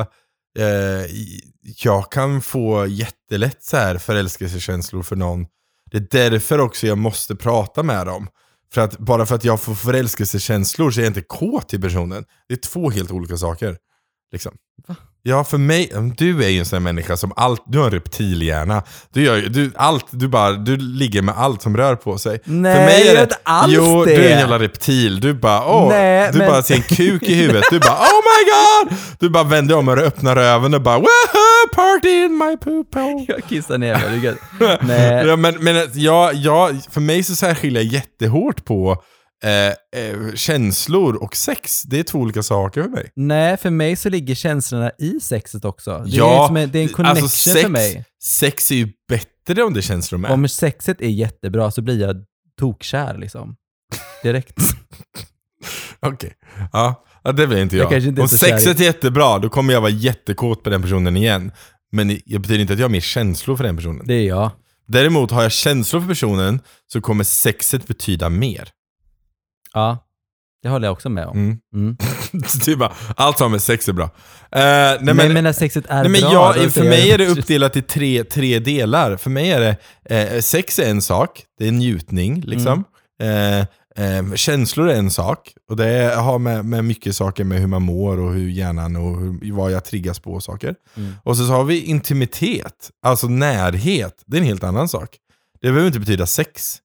Speaker 1: eh, jag kan få jättelätt så här förälskelsekänslor för någon. Det är därför också jag måste prata med dem. För att, bara för att jag får förälskelsekänslor så är jag inte kåt i personen. Det är två helt olika saker. Liksom. Ja, för mig, mm, du är ju en sån här människa som allt, du har en reptilhjärna. Du, gör, ju- du, allt, du, bara, du ligger med allt som rör på sig.
Speaker 2: Nej,
Speaker 1: för mig
Speaker 2: jag gör inte alls
Speaker 1: jo,
Speaker 2: det.
Speaker 1: du är en jävla reptil. Du bara, åh,
Speaker 2: Nej,
Speaker 1: du
Speaker 2: men-
Speaker 1: bara ser en kuk i huvudet. Du bara, oh my god! Du bara vänder om och öppnar öven och bara, woho, party in my poop hole.
Speaker 2: Jag kissar ner mig, det är gött. Nej,
Speaker 1: Ja, men, men att jag, jag, för mig så, så här skiljer jag jättehårt på eh, eh, känslor och sex. Det är två olika saker för mig.
Speaker 2: Nej, för mig så ligger känslorna i sexet också. Det är,
Speaker 1: Ja, alltså,
Speaker 2: liksom en, det är en connection
Speaker 1: sex,
Speaker 2: för mig.
Speaker 1: Sex är ju bättre om det är känslor med.
Speaker 2: Om sexet är jättebra så blir jag tokkär liksom. Direkt.
Speaker 1: Okej. Ja. ja, det blir inte jag.
Speaker 2: kanske inte är
Speaker 1: om
Speaker 2: så kär i-
Speaker 1: sexet är jättebra, då kommer jag vara jättekåt på den personen igen. Men det det betyder inte att jag har mer känslor för den personen.
Speaker 2: Det är jag.
Speaker 1: Däremot har jag känslor för personen så kommer sexet betyda mer.
Speaker 2: Ja, det håller jag också med om.
Speaker 1: Mm.
Speaker 2: Mm.
Speaker 1: det är bara, allt som har med sex är bra. Eh, nej, men,
Speaker 2: men, men när sexet är
Speaker 1: Nej, men
Speaker 2: bra... då
Speaker 1: jag, för
Speaker 2: säger
Speaker 1: mig
Speaker 2: jag-
Speaker 1: är det uppdelat i tre, tre delar. För mig är det, eh, sex är en sak, det är njutning liksom.
Speaker 2: Mm.
Speaker 1: Eh, eh, känslor är en sak, och det har med, med mycket saker med hur man mår och hur hjärnan och hur, vad jag triggas på och saker.
Speaker 2: Mm.
Speaker 1: Och så, så har vi intimitet, alltså närhet, det är en helt annan sak. Det behöver inte betyda sex.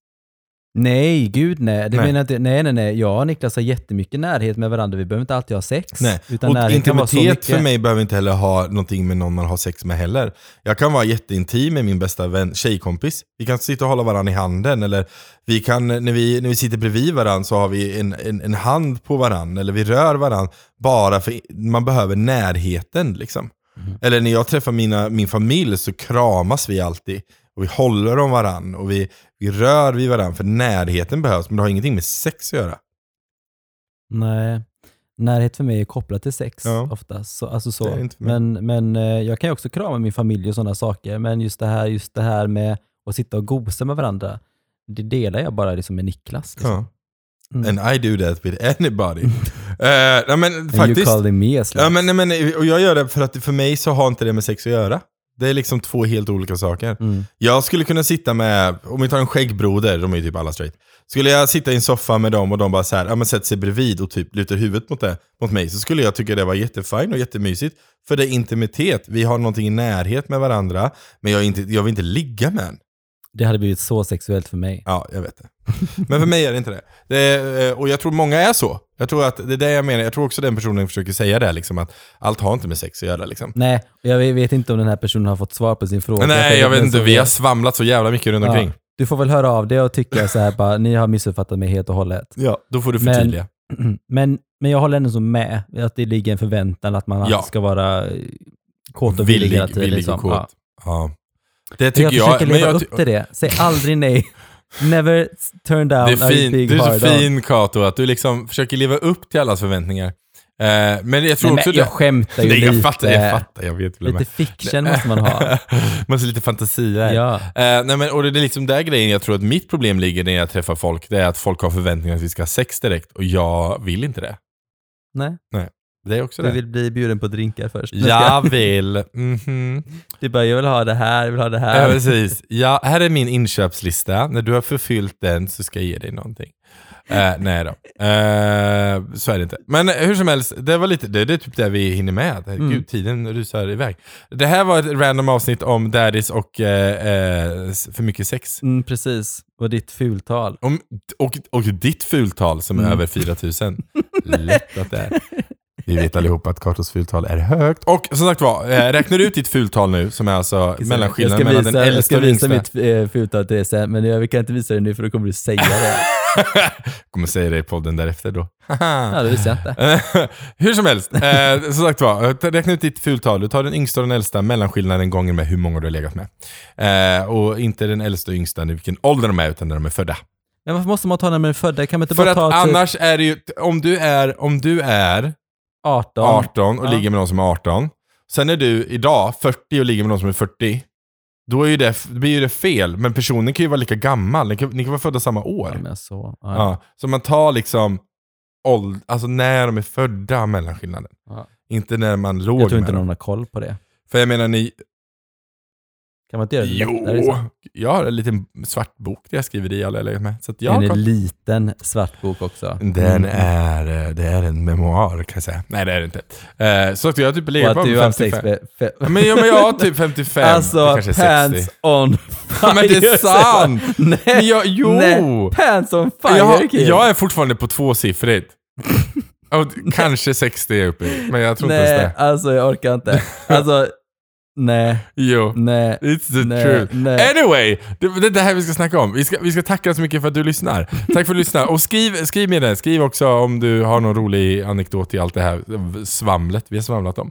Speaker 2: Nej, gud nej. Det
Speaker 1: Nej.
Speaker 2: Menar jag inte, nej, nej, nej. Jag och Niklas har jättemycket närhet med varandra. Vi behöver inte alltid ha sex.
Speaker 1: Nej.
Speaker 2: Utan
Speaker 1: och
Speaker 2: närhet kan vara så
Speaker 1: intimitet
Speaker 2: mycket.
Speaker 1: för mig behöver inte heller ha någonting med någon man har sex med heller. Jag kan vara jätteintim med min bästa vän, tjejkompis. Vi kan sitta och hålla varandra i handen. Eller vi kan, när, vi, när vi sitter bredvid varandra så har vi en, en, en hand på varandra. Eller vi rör varandra bara för man behöver närheten. Liksom.
Speaker 2: Mm.
Speaker 1: Eller när jag träffar mina, min familj så kramas vi alltid. Och vi håller om varandra. Och vi, Vi rör vid varandra för närheten behövs, men det har ingenting med sex att göra.
Speaker 2: Nej. Närhet för mig är kopplat till sex
Speaker 1: Ja.
Speaker 2: oftast. Så, alltså
Speaker 1: Det är
Speaker 2: så.
Speaker 1: det inte för mig.
Speaker 2: Men, men eh, jag kan ju också krama min familj och sådana saker. Men just det här, just det här med att sitta och gosa med varandra, det delar jag bara liksom med Niklas. Liksom.
Speaker 1: Ja.
Speaker 2: Mm.
Speaker 1: And I do that with anybody. uh, nej, men
Speaker 2: And you
Speaker 1: faktiskt.
Speaker 2: call me a slut.
Speaker 1: Ja, men, nej, men, och jag gör det för att för mig så har inte det med sex att göra. Det är liksom två helt olika saker.
Speaker 2: Mm.
Speaker 1: Jag skulle kunna sitta med, om vi tar en skäggbroder, de är ju typ alla straight. Skulle jag sitta i en soffa med dem och de bara så här, ja men sätter sig bredvid och typ lutar huvudet mot, det, mot mig, så skulle jag tycka det var jättefint och jättemysigt. För det är intimitet, vi har någonting i närhet med varandra, men jag, är inte, jag vill inte ligga med en.
Speaker 2: Det hade blivit så sexuellt för mig.
Speaker 1: Ja, jag vet det. Men för mig är det inte det. det är, eh, och jag tror många är så. Jag tror att det är det jag menar, jag tror också den personen försöker säga det, liksom, att allt har inte med sex att göra. Liksom.
Speaker 2: Nej, och jag vet inte om den här personen har fått svar på sin fråga.
Speaker 1: Nej,
Speaker 2: För
Speaker 1: jag vet
Speaker 2: den
Speaker 1: inte,
Speaker 2: som
Speaker 1: vi
Speaker 2: är-
Speaker 1: har svamlat så jävla mycket runt
Speaker 2: Ja.
Speaker 1: omkring.
Speaker 2: Du får väl höra av dig och tycka så här bara, ni har missuppfattat mig helt och hållet.
Speaker 1: Ja, då får du
Speaker 2: Men-
Speaker 1: förtydliga.
Speaker 2: Mm. Men, men jag håller ändå så med att det ligger en förväntan att man
Speaker 1: Ja.
Speaker 2: ska vara eh, kåt och villig, hela tiden. liksom.
Speaker 1: och kåt.
Speaker 2: Ja.
Speaker 1: Ja. Det tycker
Speaker 2: Jag,
Speaker 1: jag.
Speaker 2: försöker
Speaker 1: Men
Speaker 2: leva
Speaker 1: jag
Speaker 2: upp till det. Säg aldrig nej. Never turn down
Speaker 1: det är
Speaker 2: a
Speaker 1: fin,
Speaker 2: big
Speaker 1: du är
Speaker 2: hard
Speaker 1: så
Speaker 2: on.
Speaker 1: fin Kato, att du liksom försöker leva upp till allas förväntningar. Eh, men jag tror
Speaker 2: Nej,
Speaker 1: också
Speaker 2: men jag
Speaker 1: det.
Speaker 2: skämtar ju
Speaker 1: Nej,
Speaker 2: lite.
Speaker 1: jag fattar, jag fattar. Jag vet väl
Speaker 2: Lite fiction måste man ha.
Speaker 1: måste lite fantasi här.
Speaker 2: Ja.
Speaker 1: Eh, nej men, och det är liksom där grejen jag tror att mitt problem ligger när jag träffar folk. Det är att folk har förväntningar att vi ska ha sex direkt och jag vill inte det.
Speaker 2: Nej,
Speaker 1: Det är också
Speaker 2: du
Speaker 1: det.
Speaker 2: vill bli bjuden på drinkar först. Nu ska-
Speaker 1: Jag vill. Mhm.
Speaker 2: Du bara, jag vill ha det här, jag vill ha det
Speaker 1: Ja,
Speaker 2: här.
Speaker 1: precis. Ja, här är min inköpslista. När du har förfyllt den så ska jag ge dig någonting. Eh, nej då. Eh, så är det inte. Men hur som helst, det, var lite, det, det är typ det vi hinner med. Gud,
Speaker 2: Mm.
Speaker 1: tiden rusar iväg. Det här var ett random avsnitt om daddies och eh, eh, för mycket sex.
Speaker 2: Mm, precis, och ditt fultal.
Speaker 1: Om, och, och ditt fultal som är
Speaker 2: Mm.
Speaker 1: över 4000. Lätt att det är. Vi vet allihopa att Katos fultal är högt. Och som sagt var, eh, räknar du ut ditt fultal nu, som är alltså mellanskillnaden
Speaker 2: jag ska
Speaker 1: mellan
Speaker 2: visa,
Speaker 1: den
Speaker 2: Jag
Speaker 1: äldsta
Speaker 2: ska
Speaker 1: och den yngsta.
Speaker 2: visa mitt eh, fultal till dig sen, men jag kan inte visa det nu för då kommer du säga det.
Speaker 1: kommer säga det i podden därefter då.
Speaker 2: Ja, det visste jag inte.
Speaker 1: hur som helst, eh, som sagt var, ta- räkna ut ditt fultal. Du tar den yngsta och den äldsta, mellanskillnaden gånger med hur många du har legat med. Eh, och inte den äldsta och yngsta, i vilken ålder de är, utan när de är födda.
Speaker 2: Men varför måste man ta när man är född? Där Kan man inte
Speaker 1: För
Speaker 2: bara
Speaker 1: att
Speaker 2: ta typ
Speaker 1: annars är det ju, om du är, om du är
Speaker 2: 18?
Speaker 1: 18 och
Speaker 2: Ja.
Speaker 1: ligger med någon som är 18, sen är du idag 40 och ligger med någon som är 40, då är ju det, det blir ju det fel. Men personen kan ju vara lika gammal, ni kan, ni kan vara födda samma år.
Speaker 2: Ja, men så. Ja.
Speaker 1: Ja, så man tar liksom åld- alltså när de är födda mellanskillnaden.
Speaker 2: Ja.
Speaker 1: Inte när man låg
Speaker 2: Jag tror
Speaker 1: med
Speaker 2: inte
Speaker 1: dem.
Speaker 2: någon har koll på det.
Speaker 1: För jag menar ni,
Speaker 2: Kan man inte göra det
Speaker 1: jo,
Speaker 2: lättare? liksom? så?
Speaker 1: jag har en liten svart bok där jag skriver i alla jag legat med. Så att jag
Speaker 2: en
Speaker 1: har koll.
Speaker 2: liten svart bok också. Mm.
Speaker 1: den är, eh, det är en memoar kan jag säga. Nej det är det inte. Eh, Så att jag har typ
Speaker 2: Och
Speaker 1: legat på
Speaker 2: att du har sex
Speaker 1: 55.
Speaker 2: med fe-
Speaker 1: Ja, Men, ja, men jag har typ 55, det
Speaker 2: Alltså,
Speaker 1: kanske är 60.
Speaker 2: pants on
Speaker 1: Ja,
Speaker 2: fire.
Speaker 1: men det är sant! Men
Speaker 2: Nej,
Speaker 1: jag, jo!
Speaker 2: nej, pants on fire
Speaker 1: jag, har-
Speaker 2: kid.
Speaker 1: jag är fortfarande på tvåsiffrigt. Och Kanske 60 är jag uppe i, men jag tror inte ens
Speaker 2: Nej,
Speaker 1: det.
Speaker 2: alltså jag orkar inte. Alltså, nej,
Speaker 1: Jo.
Speaker 2: nej.
Speaker 1: It's the
Speaker 2: Nej,
Speaker 1: truth.
Speaker 2: nej.
Speaker 1: Eh, Anyway! Det det är det här vi ska snacka om. Vi ska, vi ska tacka så mycket för att du lyssnar. Tack för att du lyssnar. Och skriv, skriv med det. Skriv också om du har någon rolig anekdot i allt det här svamlet vi har svamlat om.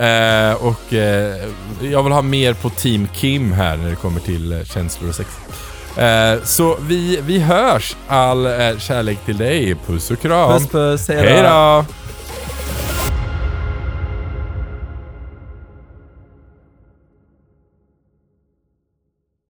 Speaker 1: Eh, och eh, jag vill ha mer på Team Kim här när det kommer till eh, känslor och sex. Eh, så vi, vi hörs. All eh, kärlek till dig. Puss och kram.
Speaker 2: Puss puss, hej
Speaker 1: Hej då!